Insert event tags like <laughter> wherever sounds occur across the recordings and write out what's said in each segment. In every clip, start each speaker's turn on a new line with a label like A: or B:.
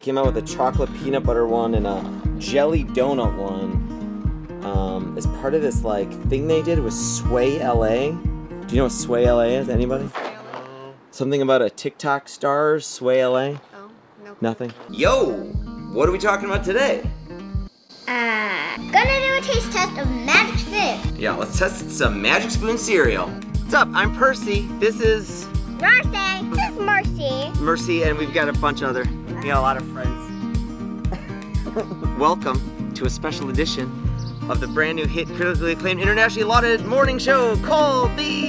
A: came out with a chocolate peanut butter one and a jelly donut one. Um, as part of this like thing they did with Sway LA. Do you know what Sway LA is? Anybody? Something about a TikTok star, Sway LA?
B: Oh, no.
A: Nothing. Yo, what are we talking about today?
B: Uh, gonna do a taste test of magic stick.
A: Yeah, let's test some Magic Spoon cereal. What's up? I'm Percy. This is
B: Mercy. This is Mercy.
A: Mercy, and we've got a bunch of other, we got a lot of friends. Welcome to a special edition of the brand new hit, critically acclaimed, internationally lauded morning show called The.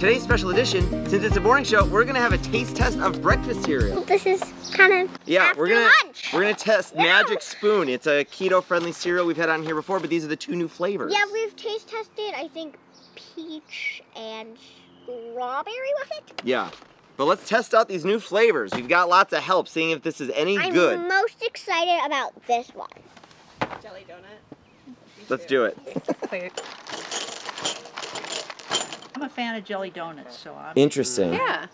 A: Today's special edition, since it's a morning show, we're gonna have a taste test of breakfast cereal.
B: This is kind of
A: Yeah,
B: after
A: we're gonna
B: lunch.
A: we're gonna test Magic Spoon. It's a keto-friendly cereal we've had on here before, but these are the two new flavors.
B: Yeah, we've taste tested, I think, peach and strawberry with it.
A: Yeah. But let's test out these new flavors. We've got lots of help, seeing if this is any
B: I'm
A: good.
B: most excited about this one.
C: Jelly donut.
A: Let's do it.
D: I'm a fan of jelly donuts, so I'm
A: Interesting.
C: Yeah,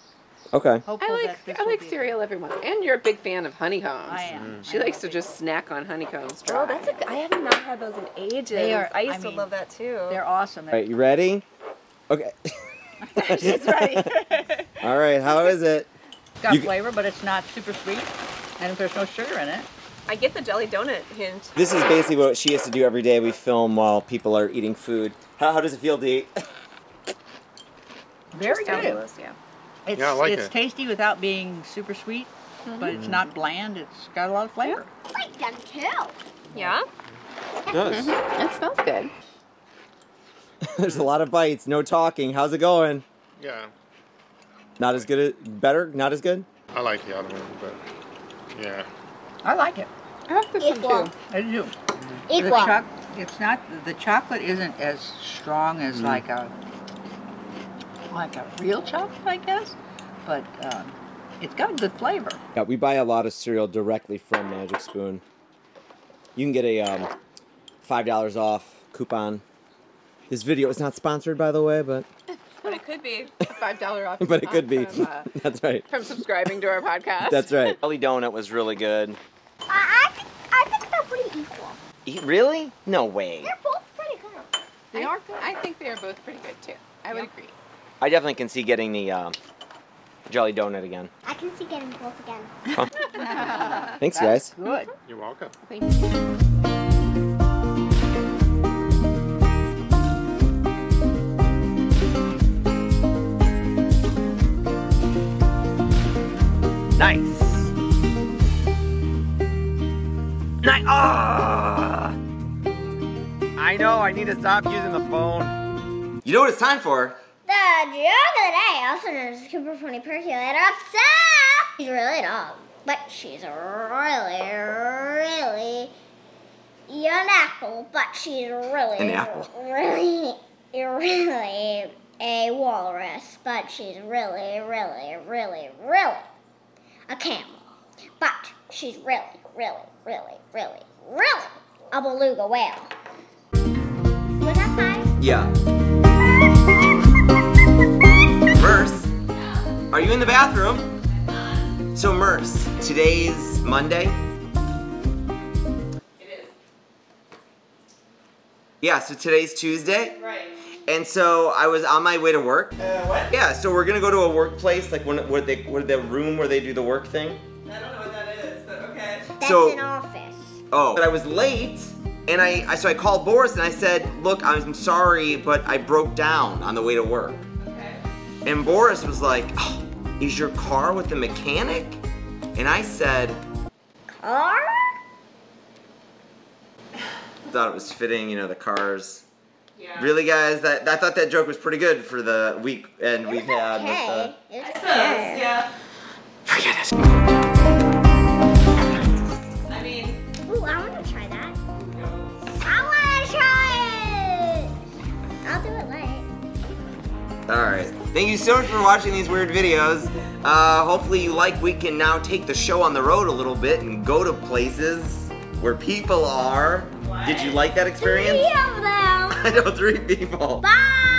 A: Okay.
D: hopeful
C: I
D: that this
C: like I
D: will
C: like
D: be-
C: cereal every once. And you're a big fan of honeycombs.
D: I am.
C: She
D: I
C: likes
D: love
C: to
D: it.
C: just snack on honeycombs. dry.
E: Oh, that's a, g- I have not had those in ages.
D: They are-
E: I used
D: I
E: to
D: mean,
E: love that too. <laughs>
D: They're awesome.
A: All right, you ready? Okay. <laughs> She's ready.
D: <laughs>
A: All right, how is it?
D: It's got
A: You-
D: flavor, but it's not super sweet, and there's no sugar in it.
E: I get the jelly donut hint.
A: This is basically what she has to do every day. We film while people are eating food. How, how does it feel to eat?
D: Very good.
E: Fabulous, yeah.
D: It's,
F: Yeah, I like
D: it's
F: it.
D: tasty without being super sweet, but
A: Mm-hmm.
D: it's not bland. It's got a lot of flavor.
B: I like them too.
E: Yeah?
A: Nice.
C: It smells good.
A: <laughs> There's a lot of bites, no talking. How's it going?
F: Yeah,
A: Not as good as better? Not as good?
F: I like the other one, but yeah,
D: I like it.
C: I like this
B: Equal.
C: one too.
D: I do. The
B: Equal.
D: choc- it's not the chocolate isn't as strong
A: Mm.
D: as like a like a real chocolate, I guess, but um, it's got good flavor.
C: Mm-hmm.
A: Yeah, we buy a lot of cereal directly from Magic Spoon. You can get a um, $5 off coupon. This video is not sponsored, by the way, but <laughs>
E: But it could be.
C: <laughs> A Five dollar off.
A: but it could be.
C: From, uh,
A: <laughs> That's right.
C: <laughs> from subscribing to our podcast.
A: That's right. Jelly donut was really good.
B: Uh, I think I think they're pretty equal.
A: Eat, E, really? No way.
B: They're both pretty good.
C: They are. Good. I think they are both pretty good too. I would agree.
A: I definitely can see getting the um, jelly donut again.
B: I can see getting both again.
A: Thanks, guys.
D: Good.
F: you're welcome.
C: Thank you.
A: Nice. Nice. Ah! I know. I need to stop using the phone. You know what it's time for?
B: The joke of the day, also known as Cooper Pony Percolator, upset. She's really dumb, but she's really, really an apple, but she's really
A: An apple.
B: really, really a walrus, but she's really, really, really, really a camel, but she's really, really, really, really, really a beluga whale. Was that fine?
A: Yeah. Merce, are you in the bathroom? So, Merce, today's Monday? It is. Yeah, so today's Tuesday? Right. And so I was on my way to work. Uh, what? Yeah, so we're gonna go to a workplace, like when, where they, where the room where they do the work thing.
B: That's
A: So-
B: an office.
A: Oh. But I was late, and I, I so I called Boris and I said, "Look, I'm sorry, but I broke down on the way to work." Okay. And Boris was like, oh, "Is your car with the mechanic?" And I said,
B: car?
A: "Thought it was fitting, you know, the cars." Yeah. Really, guys, that I thought that joke was pretty good for the week and we've had. with the-
B: Okay. It's okay.
A: Forget it.
B: Ooh, I want to try that. I want to try it. I'll do it later.
A: All right. Thank you so much for watching these weird videos. Uh, hopefully, you like. We can now take the show on the road a little bit and go to places where people are. Did you like that experience? <laughs>
B: Three of them.
A: I know three people.
B: Bye.